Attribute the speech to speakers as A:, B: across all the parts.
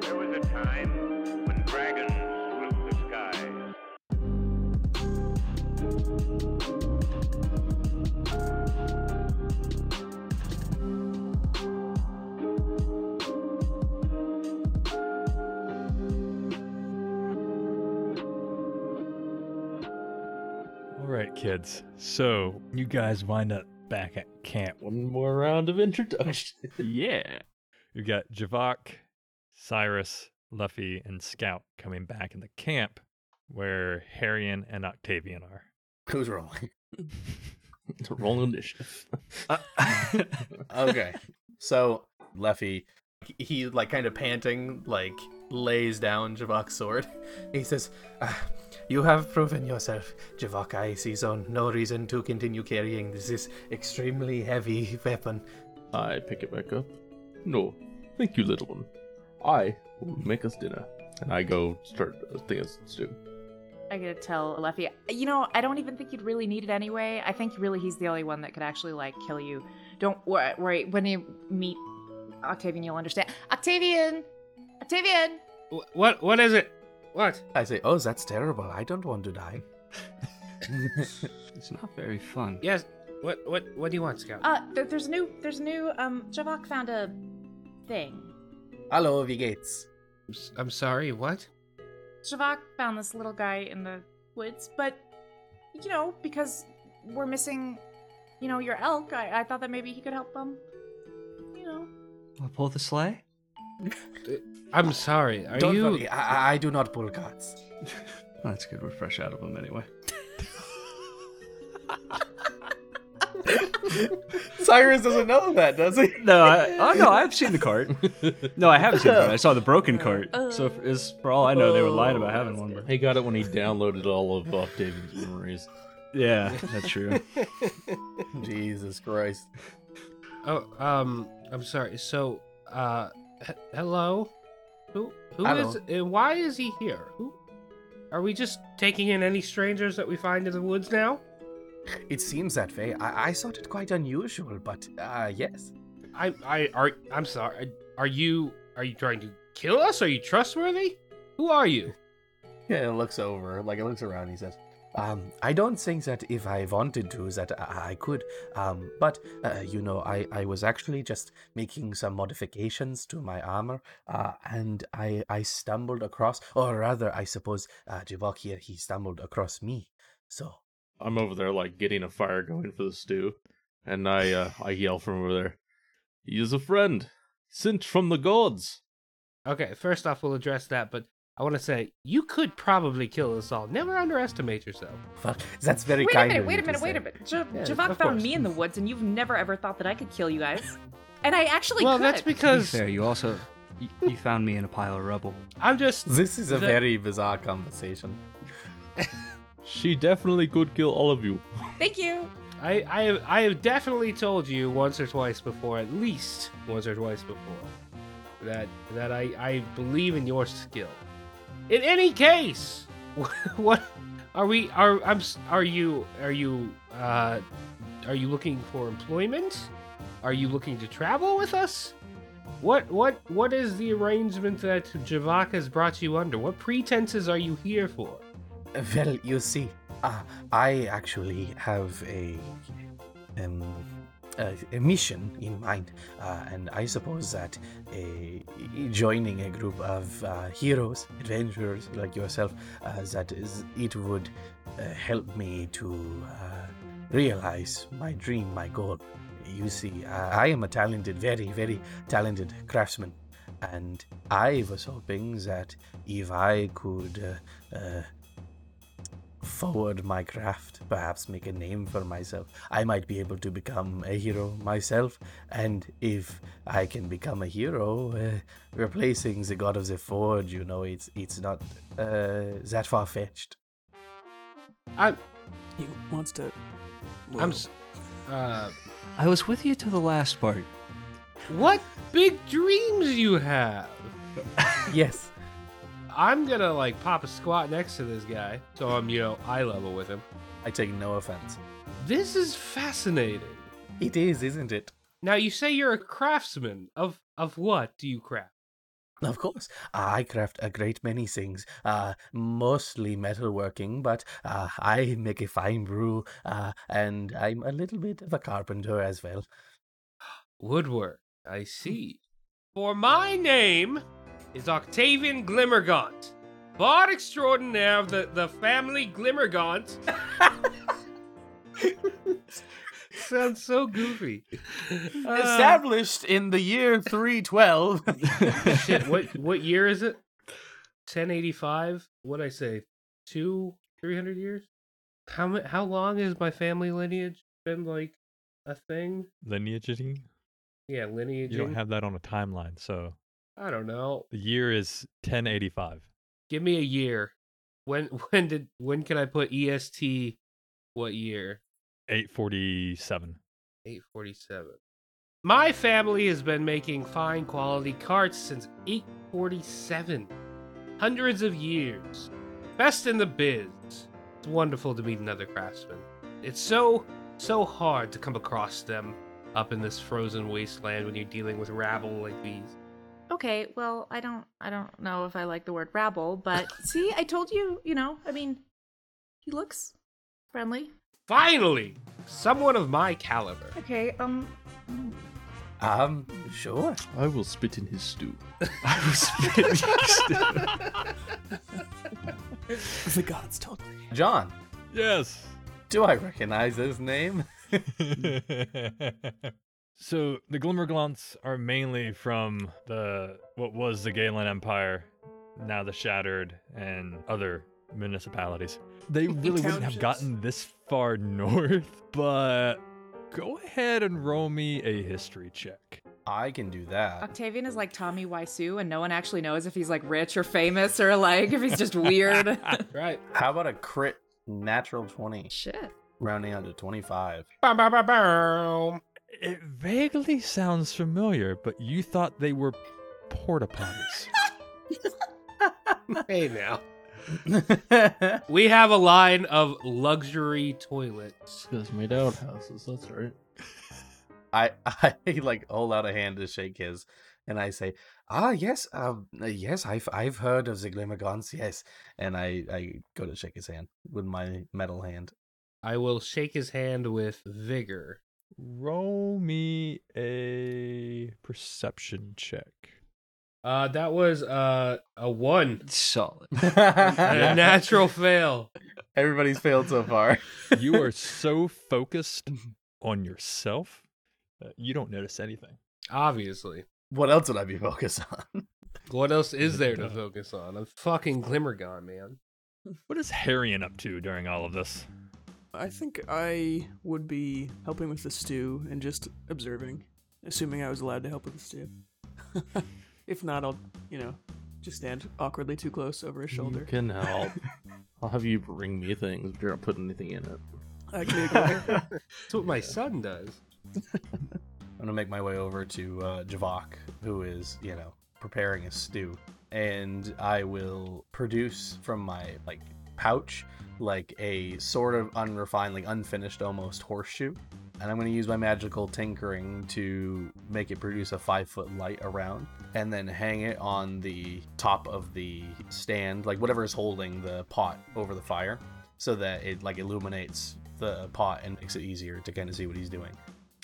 A: There was a time when dragons ruled the skies.
B: All right, kids. So you guys wind up back at camp.
C: One more round of introduction.
D: yeah.
B: You've got Javak, Cyrus, Luffy, and Scout coming back in the camp where Harrion and Octavian are.
C: Who's rolling?
D: It's a roll initiative.
C: okay.
E: So Luffy, he- he like kind of panting, like lays down Javok's sword. He says, ah, "You have proven yourself, Javok. I see so no reason to continue carrying this is extremely heavy weapon."
D: I pick it back up. No, thank you, little one. I will make us dinner. And I go start a thing of stew.
F: I gotta tell Luffy, you know, I don't even think you'd really need it anyway. I think really he's the only one that could actually like kill you. Don't wor- worry. When you meet Octavian, you'll understand. Octavian, Octavian.
G: Wh- What? What is it? What?
E: I say, "Oh, that's terrible. I don't want to die."
D: It's not very fun.
G: Yes. What? What? What do you want, Scout?
F: Uh, th- there's a new, there's a new. Um, Javok found a thing.
C: Hello, Vigates.
G: I'm s- I'm sorry. What?
F: Javak found this little guy in the woods, but you know, because we're missing, you know, your elk. I, I thought that maybe he could help them. You know.
H: I pull the sleigh?
G: I'm sorry. Are
E: don't
G: you?
E: worry, I-, I- I do not pull cards.
D: Oh, That's good. We're fresh out of them anyway.
C: Cyrus doesn't know that, does he?
H: No, I, oh no, I've seen the cart. No, I haven't seen the cart. I saw the broken cart. So for, is, for all I know, they were lying about having one. But
C: good.
D: He got it when he downloaded all of Octavian's memories.
H: yeah, that's true.
C: Jesus Christ.
G: Oh, um, I'm sorry. So, uh, he- hello. Who? Who
C: Hello.
G: is? Uh, why is he here? Who? Are we just taking in any strangers that we find in the woods now?
E: It seems that way. I, I thought it quite unusual, but uh, yes.
G: I, I, are. I'm sorry. Are you? Are you trying to kill us? Are you trustworthy? Who are you?
C: Yeah, it looks over. Like, it looks around. He says,
E: Um, I don't think that if I wanted to, that I, I could. Um, but uh, you know, I, I was actually just making some modifications to my armor, uh, and I I stumbled across, or rather, I suppose uh, Jivok here he stumbled across me. So
D: I'm over there like getting a fire going for the stew, and I uh, I yell from over there. He is a friend, sent from the gods.
G: Okay. First off, we'll address that. But I want to say you could probably kill us all. Never underestimate yourself.
E: fuck, that's very
F: Wait a
E: kind.
F: minute,
E: of
F: wait a
E: you to
F: minute, wait
E: say.
F: a minute. Ja-
C: Yeah,
F: Javak
C: of
F: found
C: course.
F: me in the woods, and you've never ever thought that I could kill you guys. And I actually
G: well,
F: could.
G: that's
H: To be
G: because
H: fair, you also you, you found me in a pile of rubble.
G: I'm just.
C: This is a
G: The-
C: very bizarre conversation.
D: She definitely could kill all of you.
F: Thank you.
G: I, I, have, I have definitely told you once or twice before, at least once or twice before, that that I, I believe in your skill. In any case, what are we are I'm s- are you are you uh, are you looking for employment? Are you looking to travel with us? What what what is the arrangement that Javak has brought you under? What pretenses are you here for?
E: Well, you see, uh, I actually have a um a, a mission in mind, uh, and I suppose that a, joining a group of uh, heroes, adventurers like yourself, uh, that is, it would uh, help me to uh, realize my dream, my goal. You see, uh, I am a talented, very, very talented craftsman, and I was hoping that if I could. Uh, uh, forward my craft, perhaps make a name for myself. I might be able to become a hero myself, and if I can become a hero, uh, replacing the god of the forge, you know, it's it's not uh, that far fetched.
G: I'm
H: He wants to.
G: I'm s- uh
H: I was with you till the last part.
G: What big dreams you have!
E: Yes.
G: I'm gonna like pop a squat next to this guy, so I'm you know eye level with him.
E: I take no offense.
G: This is fascinating.
E: It is, isn't it?
G: Now you say you're a craftsman of of what do you craft?
I: Of course, I craft a great many things, uh, mostly metalworking, but uh, I make a fine brew, uh, and I'm a little bit of a carpenter as well.
G: Woodwork. I see. For my name is Octavian Glimmergaunt, Bard Extraordinaire of the, the family Glimmergaunt. Sounds so goofy. Uh,
E: Established in the year 312.
G: shit, what what year is it? 1085? What'd I say? Two, three hundred years? How mu- how long has my family lineage been like a thing?
B: Lineaging?
G: Yeah, lineage.
B: You don't have that on a timeline, so
G: I don't know.
B: the year is 1085.
G: Give me a year. When when did when can I put EST? What year?
B: 847.
G: 847. My family has been making fine quality carts since 847. Hundreds of years. Best in the biz. It's wonderful to meet another craftsman. It's so, so hard to come across them up in this frozen wasteland when you're dealing with rabble like these.
F: Okay, well, I don't I don't know if I like the word rabble, but see, I told you, you know, I mean, he looks friendly.
G: Finally! Someone of my caliber.
F: Okay, um
I: Um, sure.
D: I will spit in his stew.
H: I was spitting. the gods told me.
E: John,
B: Yes.
E: do I recognize his name?
B: Mm. so the Glimmerglunts are mainly from the what was the Galen Empire, now the Shattered and other municipalities. They really wouldn't have gotten this far north, but go ahead and roll me a history check.
E: I can do that.
F: Octavian is like Tommy Wiseau and no one actually knows if he's like rich or famous or like if he's just weird.
G: Right.
E: How about a crit natural 20,
F: Shit.
E: rounding out to 25?
G: Bow, bow, bow, bow.
B: It vaguely sounds familiar, but you thought they were porta potties.
G: Hey now. We have a line of luxury toilets.
D: That's made out houses. That's right.
E: I, I like hold out a hand to shake his, and I say, "Ah, yes, um, yes, I've I've heard of the Glimmergons, yes." And I I go to shake his hand with my metal hand.
G: I will shake his hand with vigor.
B: roll me a perception check.
G: Uh, that was uh a one,
H: Solid.
G: a natural fail.
E: Everybody's failed so far.
B: you are so focused on yourself that you don't notice anything.
G: Obviously,
E: What else would I be focused on?
G: what else is there to focus on? I'm fucking Glimmergon, man.
B: What is Harrion up to during all of this?
J: I think I would be helping with the stew and just observing, assuming I was allowed to help with the stew. if not, I'll, you know, just stand awkwardly too close over his shoulder.
D: You can help. I'll have you bring me things, but you're not putting anything in it.
J: I can make a
G: That's what my son does.
E: I'm gonna make my way over to uh, Javak, who is, you know, preparing a stew, and I will produce from my like pouch like a sort of unrefined, like unfinished, almost horseshoe, and I'm gonna use my magical tinkering to make it produce a five foot light around, and then hang it on the top of the stand, like whatever is holding the pot over the fire, so that it like illuminates the pot and makes it easier to kind of see what he's doing.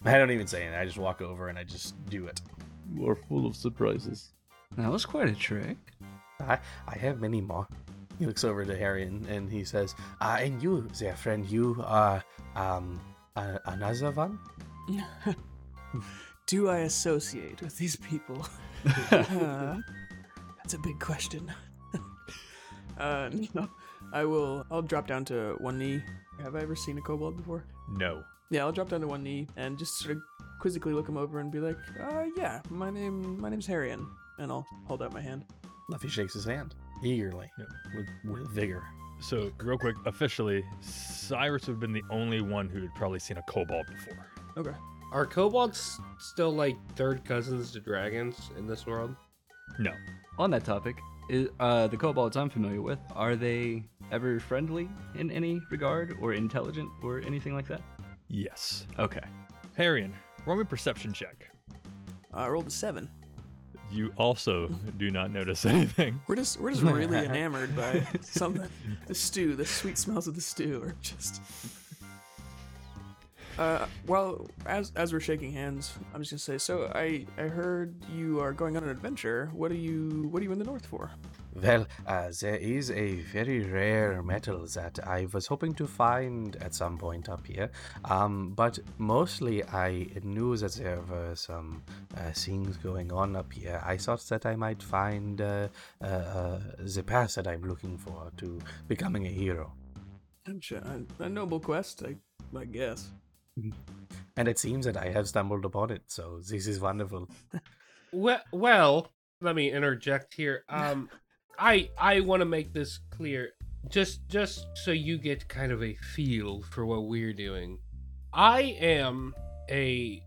E: I don't even say it. I just walk over and I just do it.
D: You are full of surprises.
H: That was quite a trick.
I: I,
E: I have many more. He looks over to Harry and, and he says, "Ah,
I: uh, and you, dear friend, you are um uh, another one.
J: guy. Do I associate with these people? Uh, that's a big question. uh, no, I will. I'll drop down to one knee. Have I ever seen a kobold before?
B: No.
J: Yeah, I'll drop down to one knee and just sort of quizzically look him over and be like, "Uh, yeah, my name, my name's Harrion," and I'll hold out my hand.
E: Luffy shakes his hand eagerly
B: Yep.
E: with, with vigor.
B: So, real quick, officially, Cyrus would have been the only one who had probably seen a kobold before.
J: Okay.
G: Are kobolds still like third cousins to dragons in this world?
B: No.
H: On that topic, i uh, the kobolds I'm familiar with, are they ever friendly in any regard or intelligent or anything like that?
B: Yes.
H: Okay.
B: Harrion, roll me a perception check.
J: I rolled a Uh, seven.
B: You also do not notice anything.
J: We're just we're just really enamored by something. The stew, the sweet smells of the stew are just. Uh, well, as as we're shaking hands, I'm just gonna say. So I I heard you are going on an adventure. What are you What are you in the north for?
E: Well, uh, there is a very rare metal that I was hoping to find at some point up here, um, but mostly I knew that there were some uh, things going on up here. I thought that I might find uh, uh, uh, the path that I'm looking for to becoming a hero.
J: A, uh, a noble quest, I I guess.
E: And it seems that I have stumbled upon it, so this is wonderful.
G: Well, well, let me interject here. Um, I I want to make this clear, just just so you get kind of a feel for what we're doing. I am a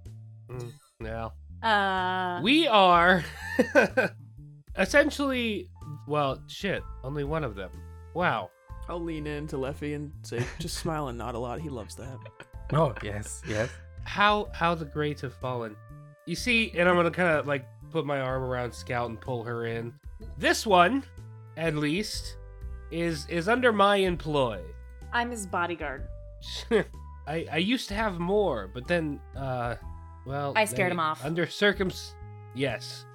G: mm, now
F: Uh,
G: we are essentially well shit. Only one of them. Wow.
J: I'll lean in to Leffy and say, just smile and nod a lot. He loves that.
E: Oh yes, yes.
G: how how the great have fallen. You see, and I'm gonna kind of like put my arm around Scout and pull her in. This one, at least, is is under my employ.
F: I'm his bodyguard.
G: I I used to have more, but then uh, well,
F: I scared
G: they-
F: him off.
G: under circum. Yes,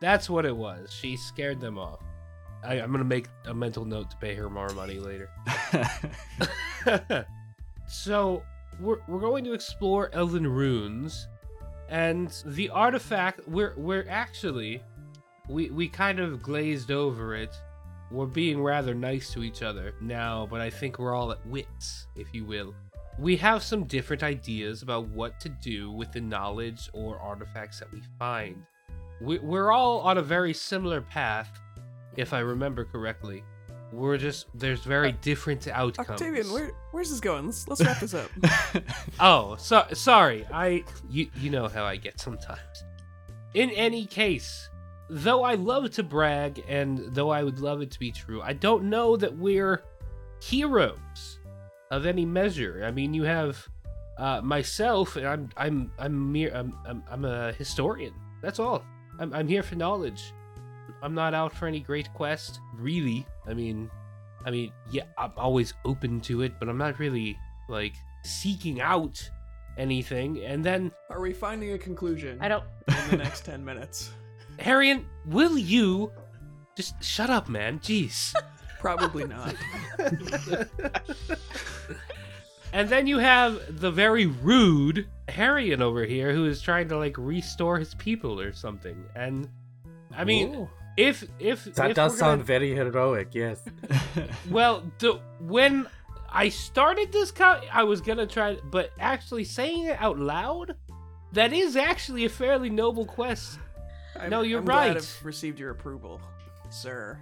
G: that's what it was. She scared them off. I, I'm gonna make a mental note to pay her more money later. so we're, we're going to explore Elden Runes and the artifact we're we're actually we we kind of glazed over it. We're being rather nice to each other now, but I think we're all at wits, if you will. We have some different ideas about what to do with the knowledge or artifacts that we find. We, we're all on a very similar path, if I remember correctly. We're just there's very different outcomes.
J: Octavian, where where's this going? Let's let's wrap this up.
G: Oh, so, sorry. I you you know how I get sometimes. In any case, though I love to brag and though I would love it to be true, I don't know that we're heroes of any measure. I mean, you have uh, myself, and I'm I'm I'm mere I'm, I'm I'm a historian. That's all. I'm I'm here for knowledge. I'm not out for any great quest, really. I mean, I mean, yeah, I'm always open to it, but I'm not really like seeking out anything. And then,
J: Are we finding a conclusion?
F: I don't.
J: In the next ten minutes,
G: Harriet, will you just shut up, man? Jeez.
J: probably not.
G: and then you have the very rude Harriet over here who is trying to like restore his people or something. And I mean, if if
E: That
G: if
E: does
G: we're gonna-
E: sound very heroic. Yes.
G: Well, the, when I started this, co- I was gonna try, but actually saying it out loud, that is actually a fairly noble quest.
J: I'm,
G: No, you're
J: I'm glad
G: right.
J: I've received your approval, sir.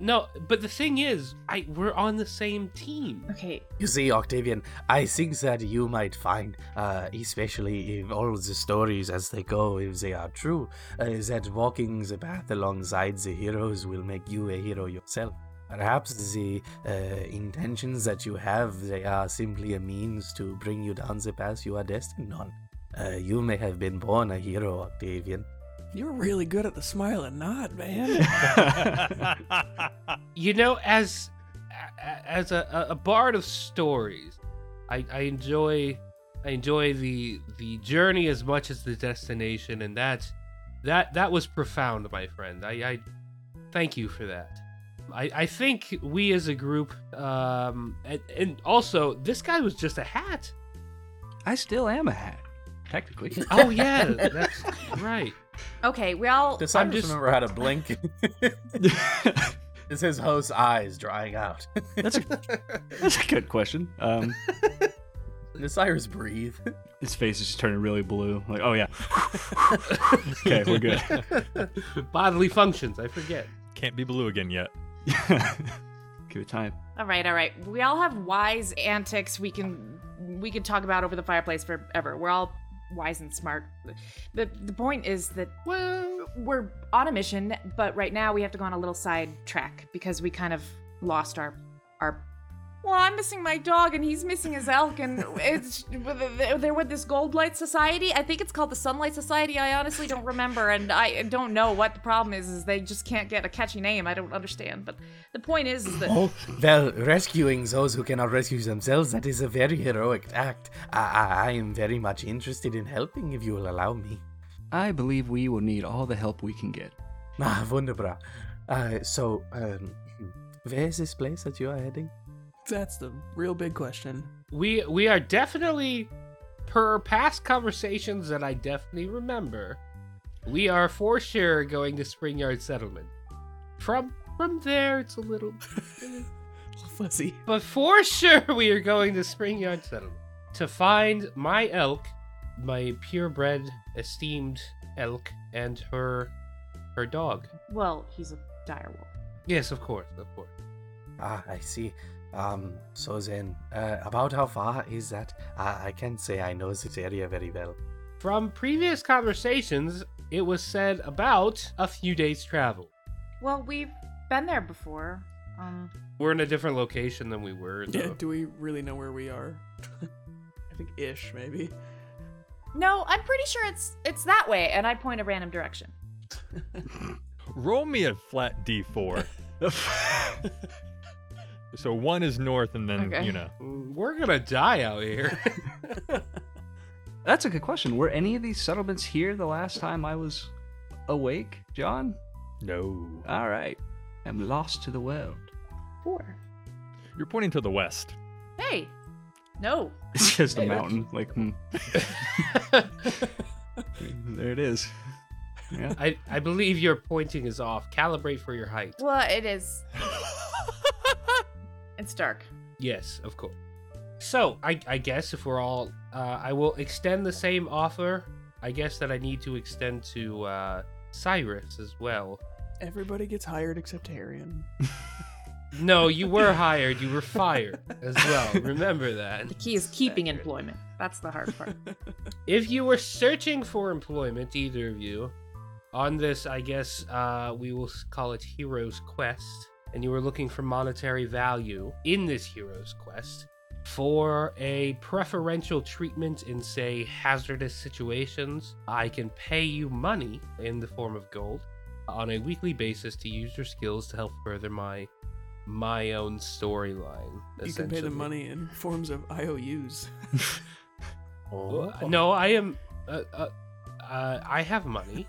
G: No, but the thing is, I we're on the same team.
F: Okay.
E: You see, Octavian, I think that you might find, uh, especially if all the stories as they go, if they are true, uh, that walking the path alongside the heroes will make you a hero yourself. Perhaps the uh, intentions that you have, they are simply a means to bring you down the path you are destined on. Uh, you may have been born a hero, Octavian.
J: You're really good at the smile and nod, man.
G: You know, as a- a- as a, a a bard of stories, I, I enjoy I enjoy the the journey as much as the destination, and that that that was profound, my friend. I, I thank you for that. I, I think we as a group, um, and, and also this guy was just a hat.
H: I still am a hat, technically.
G: Oh yeah, that's right.
F: Okay. We all.
C: Does Simon
G: just-
C: remember how to blink? Is his host's eyes drying out?
H: That's a, that's a good question. Um,
C: Does Cyrus breathe?
H: his face is just turning really blue. Like, oh yeah. okay, we're good.
G: Bodily functions. I forget.
B: Can't be blue again yet.
H: Give it time.
F: All right. All right. We all have wise antics we can we can talk about over the fireplace forever. We're all wise and smart. The the point is that well, we're on a mission, but right now we have to go on a little side track because we kind of lost our our Well, I'm missing my dog, and he's missing his elk, and it's they're with this Gold Light Society. I think it's called the Sunlight Society. I honestly don't remember, and I don't know what the problem is. Is they just can't get a catchy name. I don't understand. But the point is, is that
E: Well, rescuing those who cannot rescue themselves, that is a very heroic act. I, I, I am very much interested in helping if you will allow me.
H: I believe we will need all the help we can get.
E: Ah, wunderbar. Uh, so, um, where is this place that you are heading?
J: That's the real big question.
G: We we are definitely per past conversations that I definitely remember. We are for sure going to Springyard Settlement. From from there, it's a little,
J: Fuzzy.
G: but for sure we are going to Springyard Settlement to find my elk, my purebred esteemed elk, and her her dog.
F: well, he's a dire wolf.
G: Yes, of course, of course.
E: Ah, I see. Um, so then, uh, about how far is that? I, I can't say I know this area very well.
G: From previous conversations, it was said about a few days' travel.
F: Well, we've been there before. Um,
G: We're in a different location than we were.
J: Yeah,
G: though.
J: do we really know where we are? I think ish, maybe.
F: no, I'm pretty sure it's it's that way, and I point a random direction.
B: Roll me a flat d4. so one is north, and then
F: Okay.
B: you know.
G: We're gonna die out here.
H: That's a good question. Were any of these settlements here the last time I was awake, John?
B: No.
H: All right. I'm lost to the world.
F: Four.
B: You're pointing to the west.
F: Hey, no.
H: It's just a mountain. Like, hmm. there it is. Yeah.
G: I, I believe your pointing is off. Calibrate for your height.
F: Well, it is. it's dark.
G: Yes, of course. So I, I guess if we're all, uh, I will extend the same offer. I guess that I need to extend to uh, Cyrus as well.
J: Everybody gets hired except Harrion.
G: No, you were hired. You were fired as well. Remember that.
F: The key is keeping employment. That's the hard part.
G: If you were searching for employment, either of you, on this, I guess uh, we will s- call it Hero's Quest, and you were looking for monetary value in this Hero's Quest for a preferential treatment in, say, hazardous situations, I can pay you money in the form of gold on a weekly basis to use your skills to help further my my own storyline.
J: You can pay
G: essentially.
J: them money in forms of IOUs.
E: Oh,
G: Well,
J: Oh.
G: No, I am. Uh, uh, uh, I have money.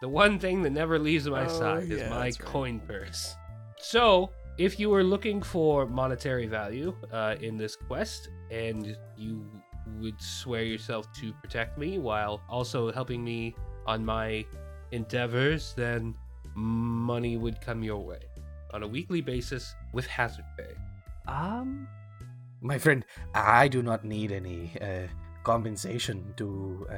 G: the one thing that never leaves my
J: Oh,
G: side
J: yeah,
G: is my
J: that's right.
G: coin purse. So, if you were looking for monetary value uh, in this quest, and you would swear yourself to protect me while also helping me on my endeavors, then money would come your way on a weekly basis with hazard pay.
H: Um,
E: My friend, I do not need any uh, compensation to uh,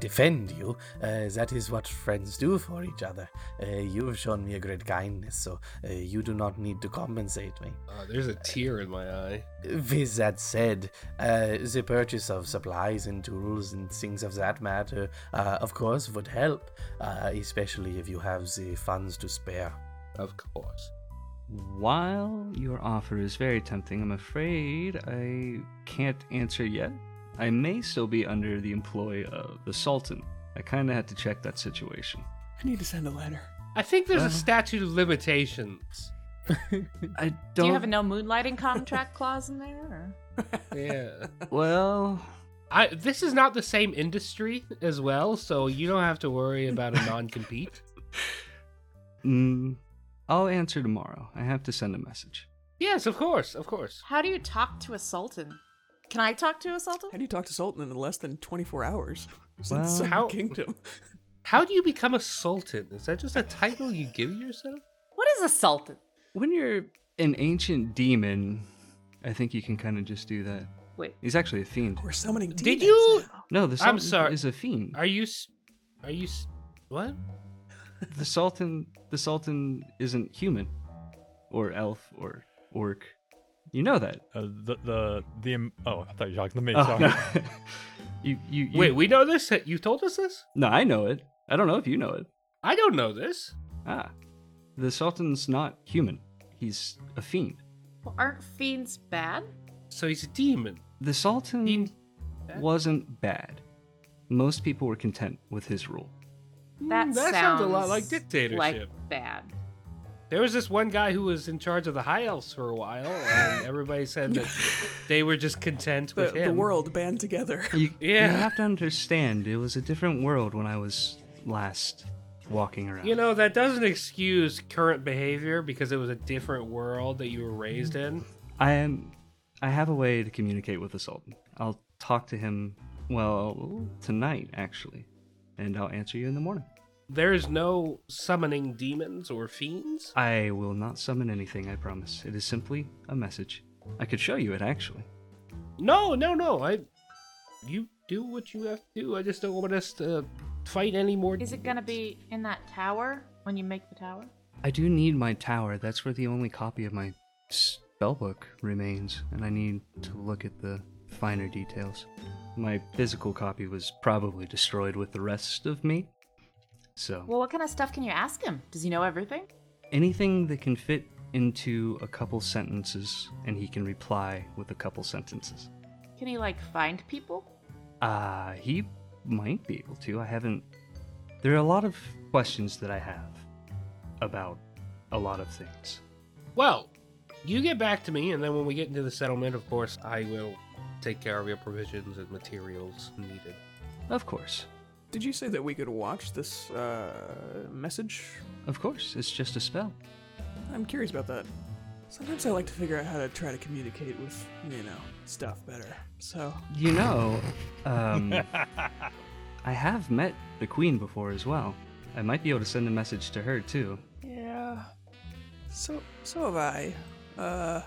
E: defend you. Uh, that is what friends do for each other. Uh, you have shown me a great kindness, so uh, you do not need to compensate me.
G: Uh, there's a tear in my eye.
E: With that said, uh, the purchase of supplies and tools and things of that matter, uh, of course, would help, uh, especially if you have the funds to spare.
G: Of course.
H: While your offer is very tempting, I'm afraid I can't answer yet. I may still be under the employ of the Sultan. I kind of had to check that situation.
J: I need to send a letter.
G: I think there's
H: Well-
G: a statute of limitations.
H: I don't.
F: Do you have a no moonlighting contract clause in there? Or?
G: Yeah.
H: Well,
G: I this is not the same industry as well, so you don't have to worry about a non-compete.
H: mm, I'll answer tomorrow. I have to send a message.
G: yes, of course, of course.
F: How do you talk to a sultan? Can I talk to a
J: How
F: sultan?
J: do you talk to Sultan in less than 24 hours? It's
H: Well,
J: insane
G: how-
J: kingdom.
G: How do you become a sultan? Is that just a title you give yourself?
F: What is a sultan?
H: When you're an ancient demon, I think you can kind of just do that.
F: Wait,
H: He's actually a fiend.
J: We're summoning demons.
G: Did you
J: now.
H: No, the Sultan
G: sorry.
H: is a fiend.
G: Are you s- are you s- what?
H: The Sultan, the Sultan isn't human, or elf, or orc. You know that.
B: Uh, the the the um, oh, I thought you were talking to me.
H: Oh,
B: sorry.
H: no. you, you, you-
G: Wait, we know this? You told us this?
H: No, I know it. I don't know if you know it.
G: I don't know this.
H: Ah, the Sultan's not human. He's a fiend.
F: Well, aren't fiends bad?
G: So he's a demon.
H: The Sultan
G: Fiend.
H: wasn't bad. Most people were content with his rule.
F: That,
G: Mm, that sounds a lot like
F: sounds Like
G: dictatorship.
F: bad.
G: There was this one guy who was in charge of the High Elves for a while, and everybody said that they were just content
J: The,
G: with him.
J: the world band together.
H: You,
G: Yeah.
H: you have to understand, it was a different world when I was last walking around.
G: You know, that doesn't excuse current behavior because it was a different world that you were raised in.
H: I am. I have a way to communicate with the Sultan. I'll talk to him. Well, tonight actually, and I'll answer you in the morning.
G: There is no summoning demons or fiends.
H: I will not summon anything. I promise. It is simply a message. I could show you it actually.
G: No, no, no. I, you do what you have to do. I just don't want us to fight any more.
F: Is it gonna be in that tower when you make the tower?
H: I do need my tower. That's where the only copy of my spellbook remains, and I need to look at the finer details. My physical copy was probably destroyed with the rest of me. So,
F: Well, what kind of stuff can you ask him? Does he know everything?
H: anything that can fit into a couple sentences, and he can reply with a couple sentences.
F: Can he like find people?
H: Uh, he might be able to. I haven't. There are a lot of questions that I have about a lot of things.
G: Well, you get back to me, and then when we get into the settlement, of course, I will take care of your provisions and materials needed.
H: Of course.
J: Did you say that we could watch this uh, message?
H: Of course. It's just a spell.
J: I'm curious about that. Sometimes I like to figure out how to try to communicate with, you know, stuff better. So,
H: You know, um, I have met the queen before as well. I might be able to send a message to her too.
J: yeah. So, so have I. Uh,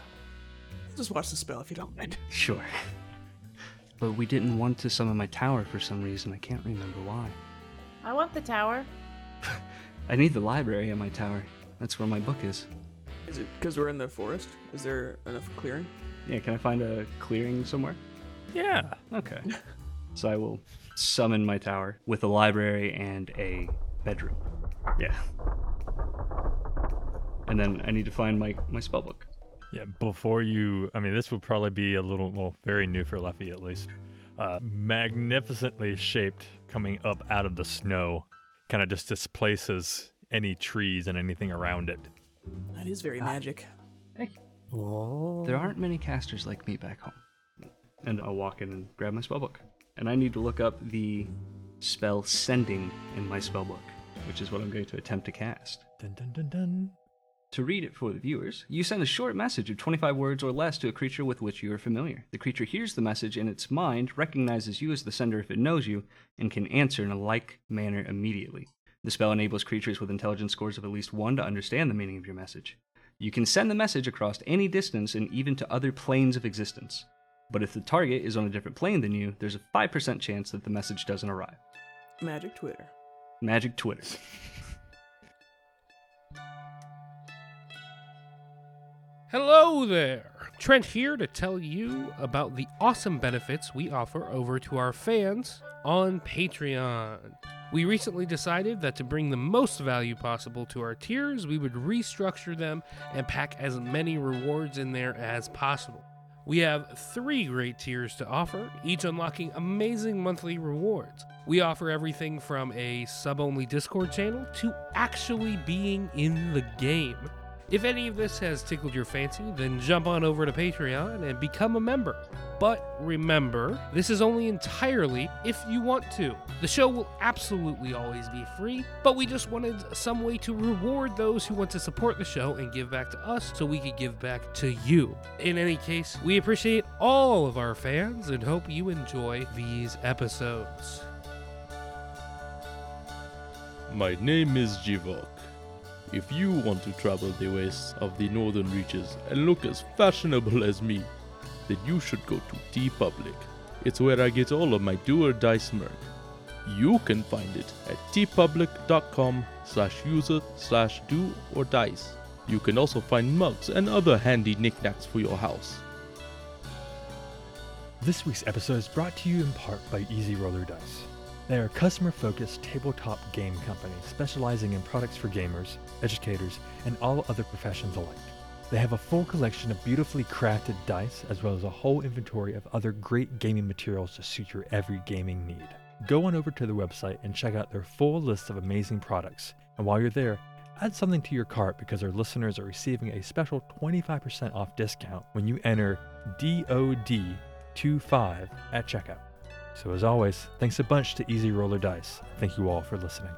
J: just watch the spell if you don't mind.
H: Sure. But we didn't want to summon my tower for some reason. I can't remember why.
F: I want the tower.
H: I need the library at my tower. That's where my book is.
J: Is it because we're in the forest? Is there enough clearing?
H: Yeah, can I find a clearing somewhere?
B: Yeah.
H: Okay. so I will summon my tower with a library and a bedroom. Yeah. And then I need to find my, my spellbook.
B: Yeah, before you, I mean, this would probably be a little, well, very new for Leffy at least. Uh, magnificently shaped coming up out of the snow, kind of just displaces any trees and anything around it.
J: That is very magic.
H: There aren't many casters like me back home. And I'll walk in and grab my spellbook. And I need to look up the spell sending in my spellbook, which is what I'm going to attempt to cast.
B: Dun, dun, dun, dun.
H: To read it for the viewers, you send a short message of 25 words or less to a creature with which you are familiar. The creature hears the message in its mind, recognizes you as the sender if it knows you, and can answer in a like manner immediately. The spell enables creatures with intelligence scores of at least 1 to understand the meaning of your message. You can send the message across any distance and even to other planes of existence. But if the target is on a different plane than you, there's a 5% chance that the message doesn't arrive.
J: Magic Twitter.
H: Magic Twitter.
G: Hello there! Trent here to tell you about the awesome benefits we offer over to our fans on Patreon. We recently decided that to bring the most value possible to our tiers, we would restructure them and pack as many rewards in there as possible. We have three great tiers to offer, each unlocking amazing monthly rewards. We offer everything from a sub only Discord channel to actually being in the game. If any of this has tickled your fancy, then jump on over to Patreon and become a member. But remember, this is only entirely if you want to. The show will absolutely always be free, but we just wanted some way to reward those who want to support the show and give back to us so we could give back to you. In any case, we appreciate all of our fans and hope you enjoy these episodes.
D: My name is Jivok. If you want to travel the wastes of the northern reaches and look as fashionable as me, then you should go to T Public. It's where I get all of my do or die smirk. You can find it at tpublic.com slash user slash do or dice. You can also find mugs and other handy knickknacks for your house.
B: This week's episode is brought to you in part by Easy Roller Dice. They are a customer focused tabletop game company specializing in products for gamers, educators, and all other professions alike. They have a full collection of beautifully crafted dice, as well as a whole inventory of other great gaming materials to suit your every gaming need. Go on over to their website and check out their full list of amazing products. And while you're there, add something to your cart because our listeners are receiving a special 25% off discount when you enter DOD25 at checkout. So, as always, thanks a bunch to Easy Roller Dice. Thank you all for listening.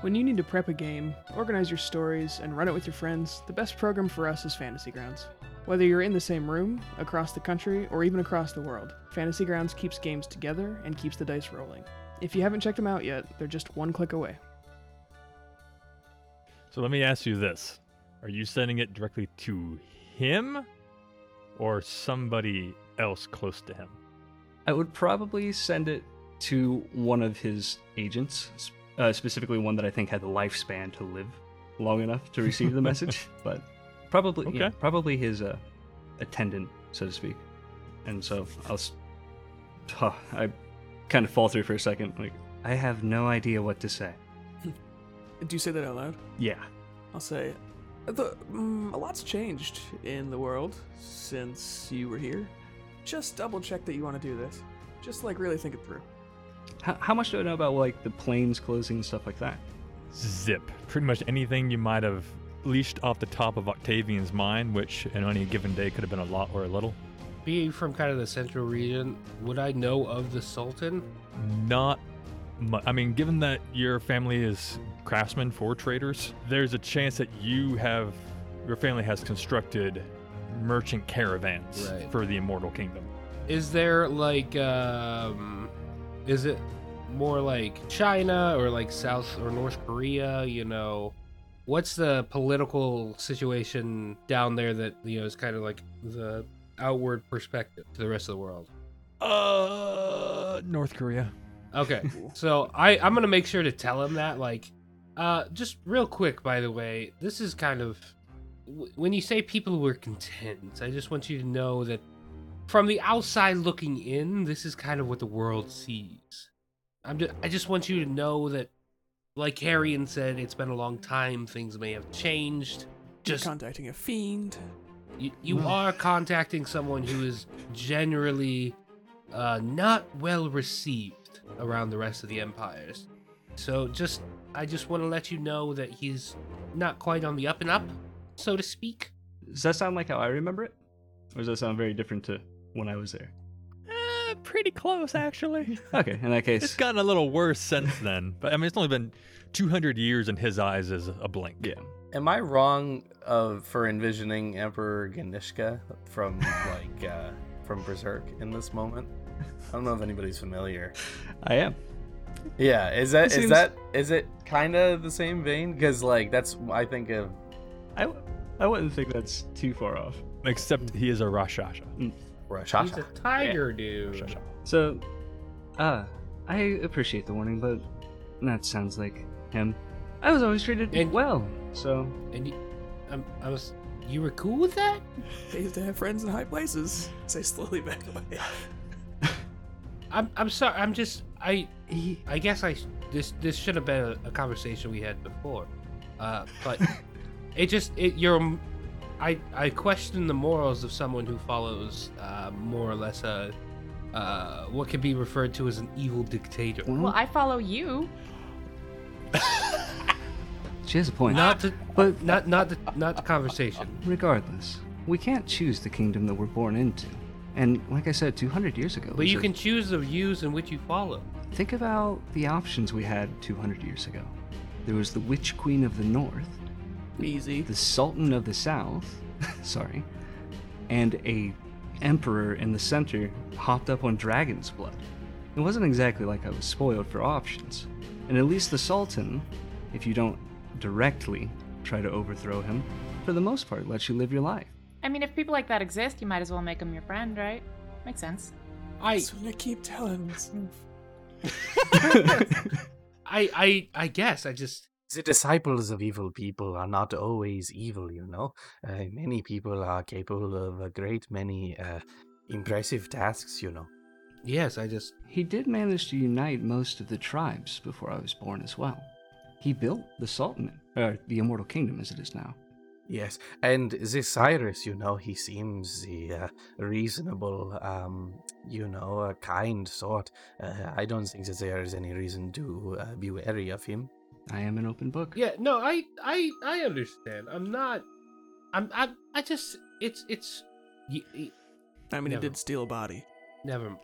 J: When you need to prep a game, organize your stories, and run it with your friends, the best program for us is Fantasy Grounds. Whether you're in the same room, across the country, or even across the world, Fantasy Grounds keeps games together and keeps the dice rolling. If you haven't checked them out yet, they're just one click away.
B: So let me ask you this. Are you sending it directly to him or somebody else close to him?
H: I would probably send it to one of his agents, s- uh, specifically one that I think had the lifespan to live long enough to receive the message, but probably yeah,
B: Okay.
H: probably his uh, attendant, so to speak. And so I'll. s- Huh, I kind of falter for a second. Like I have no idea what to say.
J: Do you say that out loud?
H: Yeah.
J: I'll say, the, mm, a lot's changed in the world since you were here. Just double check that you want to do this. Just like really think it through.
H: How, how much do I know about like the planes closing and stuff like that?
B: Zip. Pretty much anything you might have leashed off the top of Octavian's mind, which in any given day could have been a lot or a little.
G: Being from kind of the central region, would I know of the Sultan?
B: Not mu I mean, given that your family is craftsmen for traders, there's a chance that you have, your family has constructed merchant caravans
G: Right.
B: for the Immortal Kingdom.
G: Is there like, um, is it more like China or like South or North Korea? You know, what's the political situation down there that you know is kind of like the outward perspective to the rest of the world?
B: Uh, North Korea.
G: Okay, so I I'm gonna make sure to tell him that. Like, uh, just real quick, by the way, this is kind of w- when you say people were content. I just want you to know that from the outside looking in, this is kind of what the world sees. I'm just I just want you to know that, like Harrion said, it's been a long time. Things may have changed. Just
J: Just contacting a fiend.
G: you, you are contacting someone who is generally uh, not well received around the rest of the empires. So just, I just want to let you know that he's not quite on the up and up, so to speak.
H: Does that sound like how I remember it, or does that sound very different to when I was there?
B: Uh, pretty close, actually.
H: Okay, in that case,
B: It's gotten a little worse since then, but I mean, it's only been 200 years in his eyes as a blink.
H: yeah.
C: Am I wrong of for envisioning Emperor Ganishka from like uh, from Berserk in this moment? I don't know if anybody's familiar.
H: I am.
C: Yeah, is that
J: It
C: is
J: seems-
C: that is it kind of the same vein? Because like that's I think of
H: I, w- I wouldn't think that's too far off.
B: Except he is a Rashasha.
G: He's a
C: Rashasha.
G: tiger, dude.
B: Rashasha.
H: So, uh, I appreciate the warning, but that sounds like him. I was always treated
G: And-
H: well, so
G: And you, I'm, I was, you were cool with that?
J: They used to have friends in high places. Say slowly back away.
G: I'm, I'm sorry. I'm just, I, he, I guess I, this, this should have been a, a conversation we had before, uh, but it just, it, you're, I, I question the morals of someone who follows, uh, more or less a, uh, what could be referred to as an evil dictator.
F: Well, I follow you.
H: she has a point.
G: Not the,
H: But-
G: but not, not the, not the conversation.
H: Regardless, we can't choose the kingdom that we're born into. And like I said, 200 years ago.
G: But you
H: so
G: can choose the views in which you follow.
H: think about the options we had 200 years ago. There was the Witch Queen of the North,
J: Easy.
H: the Sultan of the South, sorry, and a emperor in the center hopped up on dragon's blood. It wasn't exactly like I was spoiled for options. And at least the Sultan, if you don't directly try to overthrow him, for the most part lets you live your life.
F: I mean, if people like that exist, you might as well make them your friend, right? Makes sense.
G: I,
J: That's what I keep telling myself.
G: I, I, I guess I just,
E: The disciples of evil people are not always evil, you know. Uh, many people are capable of a great many uh, impressive tasks, you know.
G: yes, I just,
H: He did manage to unite most of the tribes before I was born as well. He built the Sultanate, or the Immortal Kingdom as it is now.
E: Yes, and this Cyrus, you know, he seems the uh, reasonable, um, you know, uh, kind sort. Uh, I don't think that there is any reason to uh, be wary of him.
H: I am an open book.
G: Yeah, no, I I I understand. I'm not. I'm I I just it's it's. y- y-
J: I mean,
G: Never.
J: he did steal a body.
G: Never. m-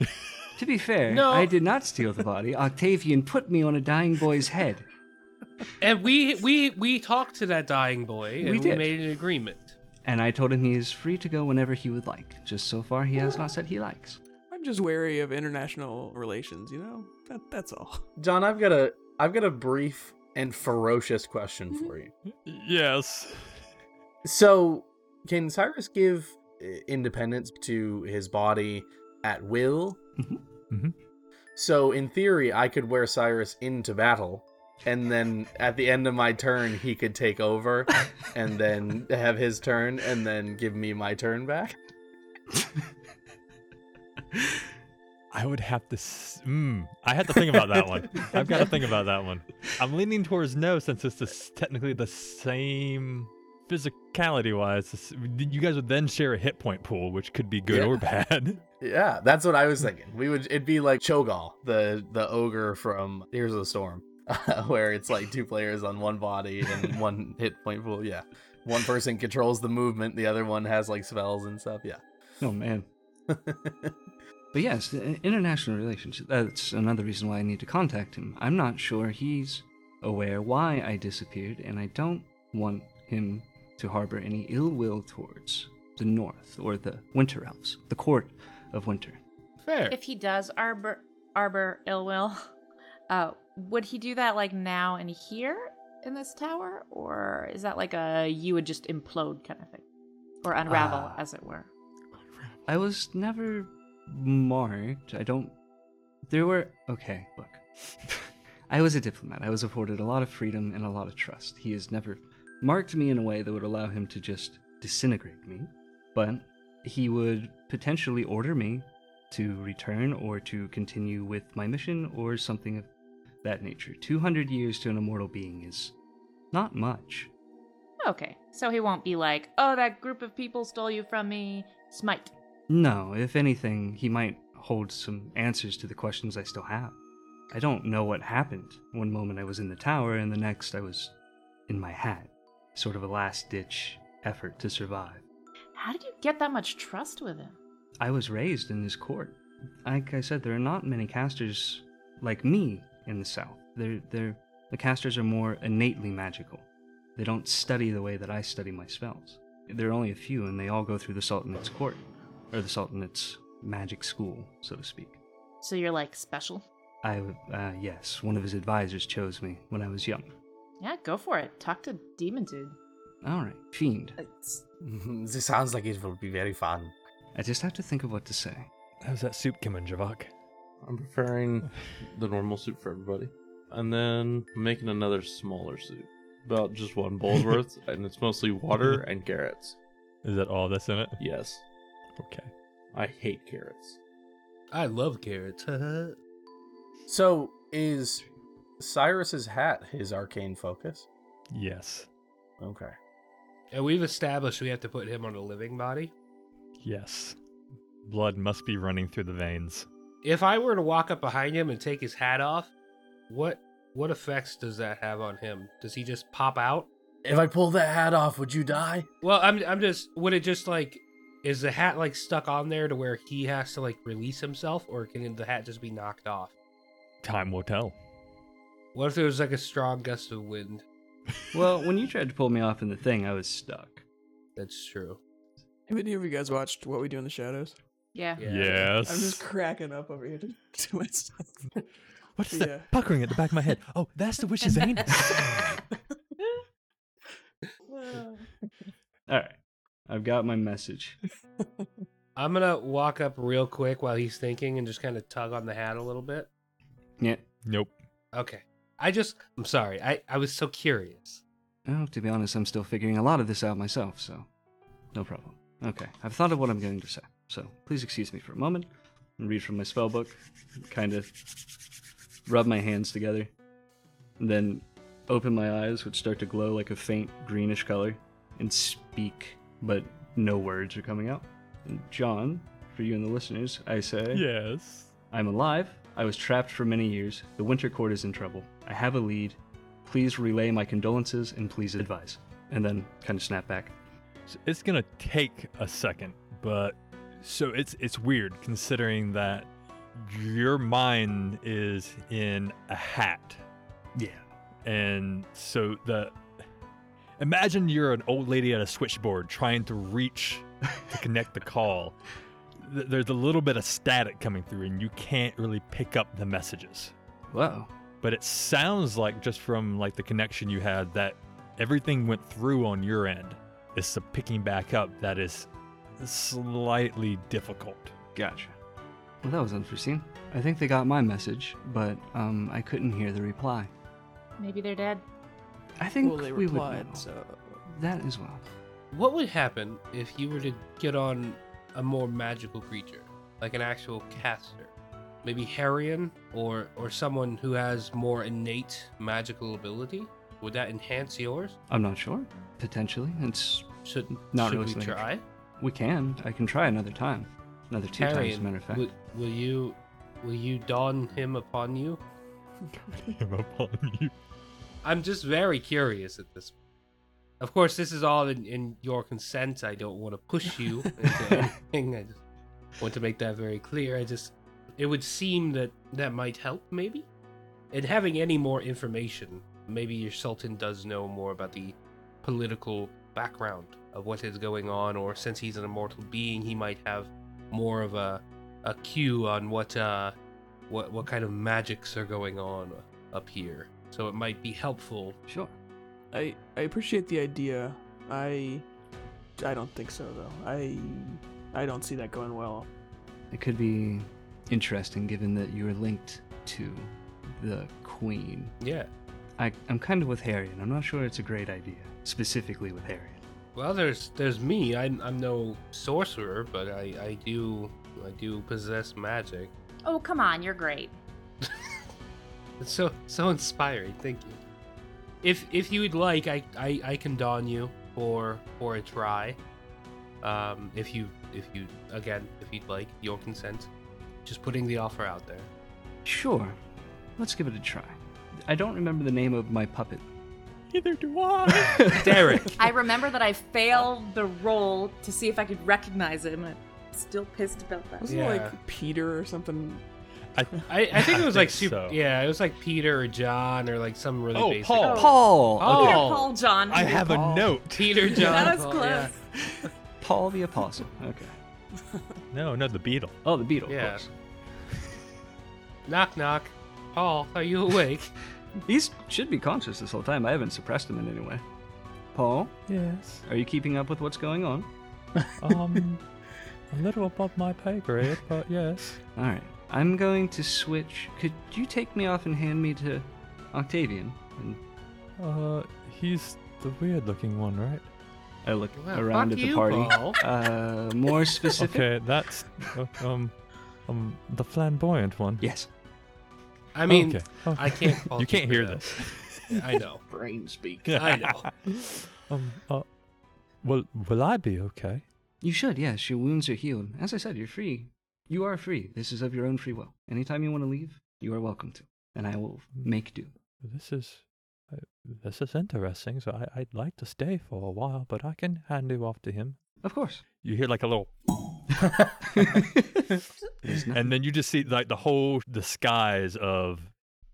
H: To be fair,
G: No.
H: I did not steal the body. Octavian put me on a dying boy's head.
G: And we we we talked to that dying boy, and
H: We
G: we,
H: did.
G: made an agreement.
H: And I told him he is free to go whenever he would like. Just so far, he has not said he likes.
J: I'm just wary of international relations, you know? That, that's all.
C: John, I've got a I've got a brief and ferocious question
E: Mm-hmm.
C: for you.
B: Yes.
C: So, can Cyrus give uh, independence to his body at will?
E: Mm-hmm.
H: Mhm.
B: Mhm.
C: So, in theory, I could wear Cyrus into battle, and then at the end of my turn, he could take over, and then have his turn, and then give me my turn back.
B: I would have to. S- mm, I had to think about that one. I've got to think about that one. I'm leaning towards no, since it's the, s- technically the same physicality wise. the s- You guys would then share a hit point pool, which could be good
C: Yeah.
B: or bad.
C: Yeah, that's what I was thinking. We would it'd be like Cho'Gall, the the ogre from Heroes of the Storm, where it's like two players on one body and one hit point pool. Yeah, one person controls the movement, the other one has like spells and stuff. Yeah.
H: Oh man. But yes, the uh, international relationship. That's another reason why I need to contact him. I'm not sure he's aware why I disappeared, and I don't want him to harbor any ill will towards the North or the Winter Elves, the Court of Winter.
G: Fair.
F: If he does arbor arbor ill will, uh, would he do that like now and here in this tower, or is that like a you would just implode kind of thing, or unravel
H: Ah.
F: as it were?
H: I was never marked. I don't. There were. Okay, look. I was a diplomat. I was afforded a lot of freedom and a lot of trust. He has never marked me in a way that would allow him to just disintegrate me, but he would potentially order me to return or to continue with my mission or something of that nature. 200 years to an immortal being is not much.
F: Okay, so he won't be like, oh, that group of people stole you from me, smite.
H: No, if anything, he might hold some answers to the questions I still have. I don't know what happened. One moment I was in the tower, and the next I was in my hat. Sort of a last ditch effort to survive.
F: How did you get that much trust with him?
H: I was raised in this court. Like I said, there are not many casters like me in the South. They're, they're, the casters are more innately magical. They don't study the way that I study my spells. There are only a few, and they all go through the Sultanate's court, or the Sultanate's magic school, so to speak.
F: So you're like special?
H: I, uh, yes, one of his advisors chose me when I was young.
F: Yeah, go for it. Talk to demon dude.
H: All right, fiend.
E: Mm-hmm. this sounds like it will be very fun.
H: I just have to think of what to say.
B: How's that soup coming, Javak?
D: I'm preparing the normal soup for everybody, and then making another smaller soup, about just one bowl's worth, and it's mostly water
B: Uh-huh.
D: and carrots.
B: Is that all that's in it?
D: Yes,
B: Okay.
D: I hate carrots.
G: I love carrots.
C: So is Cyrus's hat his arcane focus?
B: Yes.
C: Okay.
G: and we've established we have to put him on a living body.
B: Yes. Blood must be running through the veins.
G: If I were to walk up behind him and take his hat off, what what effects does that have on him? Does he just pop out?
C: If I pull that hat off, would you die?
G: Well, I'm I'm just would it just like is the hat like stuck on there to where he has to like release himself, or can the hat just be knocked off?
B: Time will tell.
G: What if there was like a strong gust of wind?
H: Well, when you tried to pull me off in the thing, I was stuck.
G: That's true.
J: Have any of you guys watched What We Do in the Shadows?
F: Yeah.
B: Yes.
J: I'm just cracking up over here to, to myself.
B: What's
J: Yeah.
B: that puckering at the back of my head? Oh, that's the witch's anus.
H: All right, I've got my message.
G: I'm gonna walk up real quick while he's thinking and just kind of tug on the hat a little bit.
H: Yeah.
B: nope.
G: Okay. I just I'm sorry. I I was so curious.
H: Oh, to be honest, I'm still figuring a lot of this out myself, so no problem. Okay, I've thought of what I'm going to say, so please excuse me for a moment and read from my spell book, kind of rub my hands together, and then open my eyes, which start to glow like a faint greenish color, and speak, but no words are coming out. And John, for you and the listeners, I say,
B: Yes.
H: I'm alive. I was trapped for many years. The Winter Court is in trouble. I have a lead. Please relay my condolences and please advise. And then kind of snap back.
B: So it's gonna take a second, but so it's it's weird considering that your mind is in a hat.
H: Yeah.
B: And so the imagine you're an old lady at a switchboard trying to reach to connect the call. Th- There's a little bit of static coming through and you can't really pick up the messages.
H: Wow.
B: But it sounds like just from like the connection you had that everything went through on your end. It's the picking back up that is slightly difficult.
H: Gotcha. Well, that was unforeseen. I think they got my message, but um, I couldn't hear the reply.
F: Maybe they're dead.
H: I think
J: well, they
H: we
J: replied,
H: would know.
J: so.
H: that as well.
G: What would happen if you were to get on a more magical creature, like an actual caster? Maybe Harrion or or someone who has more innate magical ability? Would that enhance yours?
H: I'm not sure. Potentially, it's
G: Should
H: Not
G: should
H: really
G: we
H: something I
G: try?
H: we can. I can try another time, another two times, as a matter of fact.
G: Will, will you will you don him upon you?
B: upon you.
G: I'm just very curious at this. Of course, this is all in, in your consent. I don't want to push you into anything. I just want to make that very clear. I just, it would seem that that might help, maybe. And having any more information, maybe your sultan does know more about the political background of what is going on, or since he's an immortal being, he might have more of a a cue on what uh what what kind of magics are going on up here. So it might be helpful.
H: Sure.
J: I I appreciate the idea. I I don't think so though. I I don't see that going well.
H: It could be interesting, given that you are linked to the queen.
G: Yeah.
H: I, I'm kind of with Harry, and I'm not sure it's a great idea, specifically with Harry.
G: Well, there's there's me. I'm I'm no sorcerer, but I I do I do possess magic.
F: Oh, come on, you're great.
G: It's so so inspiring. Thank you. If if you would like, I I, I can don you for for a try. Um, if you if you again if you'd like your consent, just putting the offer out there.
H: Sure. Let's give it a try. I don't remember the name of my puppet.
B: Neither do I.
G: Derek,
F: I remember that I failed the roll to see if I could recognize him. I'm still pissed about that.
J: Wasn't it
G: Yeah.
J: like Peter or something?
B: I,
G: I, I think it was like
B: think
G: super.
B: so.
G: Yeah, it was like Peter or John or like some really
B: Oh,
G: basic.
B: Paul.
H: Paul!
G: Oh.
F: Peter Paul John.
B: I have a note.
G: Peter John.
F: that was
G: Paul,
F: close.
G: yeah.
H: Paul the Apostle. Okay.
B: No, no, the beetle.
H: Oh, the beetle,
G: Yeah.
H: of course.
G: Knock knock. Paul, are you awake?
H: These should be conscious this whole time. I haven't suppressed them in any way. Paul,
B: Yes.
H: are you keeping up with what's going on?
B: Um, a little above my pay grade, but yes.
H: All right. I'm going to switch. Could you take me off and hand me to Octavian? And
B: Uh, he's the weird-looking one, right?
H: I look
G: Well,
H: around
G: fuck
H: at the
G: you,
H: party.
G: Paul.
H: Uh, more specific.
B: Okay, that's uh, um, um, the flamboyant one.
H: Yes.
G: I mean,
B: Okay. Oh.
G: I can't. fault
B: You can't
G: for
B: hear
G: that.
B: this.
G: I know.
H: Brain speak.
G: I know.
B: Um, uh, will will I be okay?
H: You should. Yes. Your wounds are healed. As I said, you're free. You are free. This is of your own free will. Anytime you want to leave, you are welcome to, and I will make do.
B: This is uh, this is interesting. So I, I'd like to stay for a while, but I can hand you off to him.
H: Of course.
B: You hear like a little,
H: There's nothing-
B: and then you just see like the whole disguise of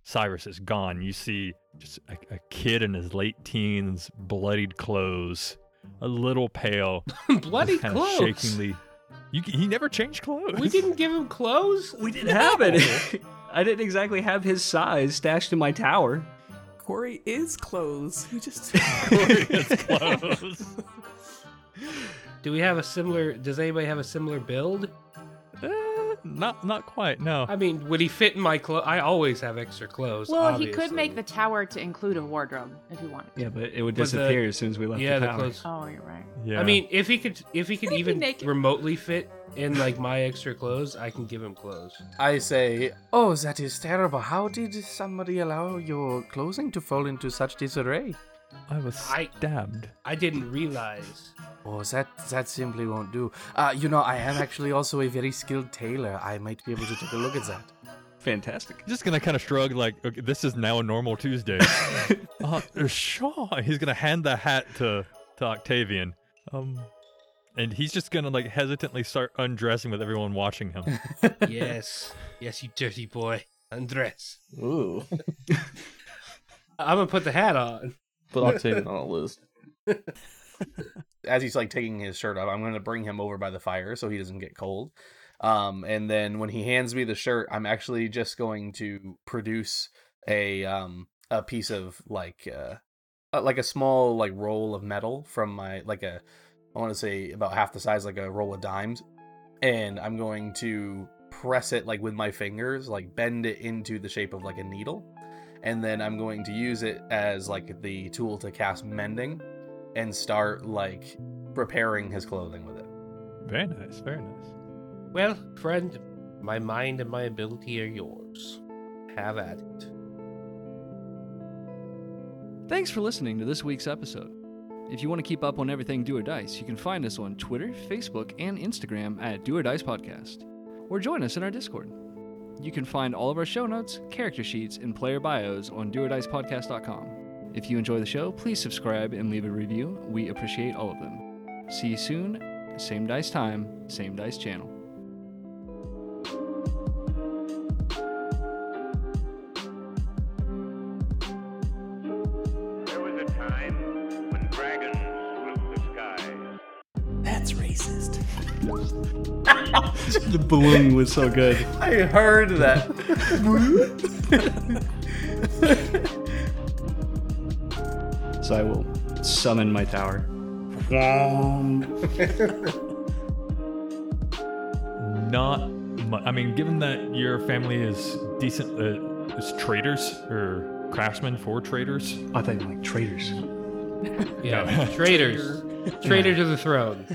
B: Cyrus is gone. You see just a, a kid in his late teens, bloodied clothes, a little pale,
G: Bloody
B: kind
G: clothes.
B: of shakingly. You, he never changed clothes.
G: We didn't give him clothes.
H: we didn't have it. I didn't exactly have his size stashed in my tower.
J: Corey is clothes. He just
B: It's clothes.
G: Do we have a similar? Does anybody have a similar build?
B: Eh, not not quite. No.
G: I mean, would he fit in my clothes? I always have extra clothes.
F: Well, he could
G: obviously.
F: make the tower to include a wardrobe if he wanted.
H: Yeah, but it would
G: But the-
H: disappear as soon as we left
G: yeah
H: the
G: the
H: tower.
G: clothes.
F: Oh, you're right.
B: Yeah.
G: I mean, if he could, if he could
F: He'd be
G: even
F: naked.
G: remotely fit in like my extra clothes, I can give him clothes.
C: I say,
E: Oh, that is terrible. How did somebody allow your clothing to fall into such disarray?
B: I was
G: I-
B: stabbed.
G: I didn't realize.
K: Oh, that that simply won't do. Uh, you know, I am actually also a very skilled tailor. I might be able to take a look at that.
H: Fantastic.
B: just gonna kind of shrug, like okay, this is now a normal Tuesday. uh, sure. He's gonna hand the hat to to Octavian. Um, and he's just gonna like hesitantly start undressing with everyone watching him.
G: yes, yes, you dirty boy. Undress.
D: Ooh.
G: I'm gonna put the hat on.
D: Put Octavian on a list.
E: as he's like taking his shirt off, I'm going to bring him over by the fire so he doesn't get cold. Um, and then when he hands me the shirt, I'm actually just going to produce a um a piece of like uh uh, like a small like roll of metal from my like a I want to say about half the size like a roll of dimes, and I'm going to press it like with my fingers, like bend it into the shape of like a needle, and then I'm going to use it as like the tool to cast mending and start like repairing his clothing with it.
B: very nice. Very nice.
G: Well, friend, my mind and my ability are yours. Have at it.
H: Thanks for listening to this week's episode. If you want to keep up on everything Do or Dice, you can find us on Twitter, Facebook, and Instagram at Do or Dice Podcast, or join us in our Discord. You can find all of our show notes, character sheets, and player bios on doordicepodcast.com. If you enjoy the show, please subscribe and leave a review. We appreciate all of them. See you soon, same dice time, same dice channel.
A: There was a time when dragons ruled the skies.
J: That's racist.
H: The balloon was so good.
E: I heard that.
H: So I will summon my tower.
B: Not. Mu- I mean, given that your family is decent, uh, is traders or craftsmen for traders.
H: I think like traitors.
G: Yeah, traitors. Traitor to the throne.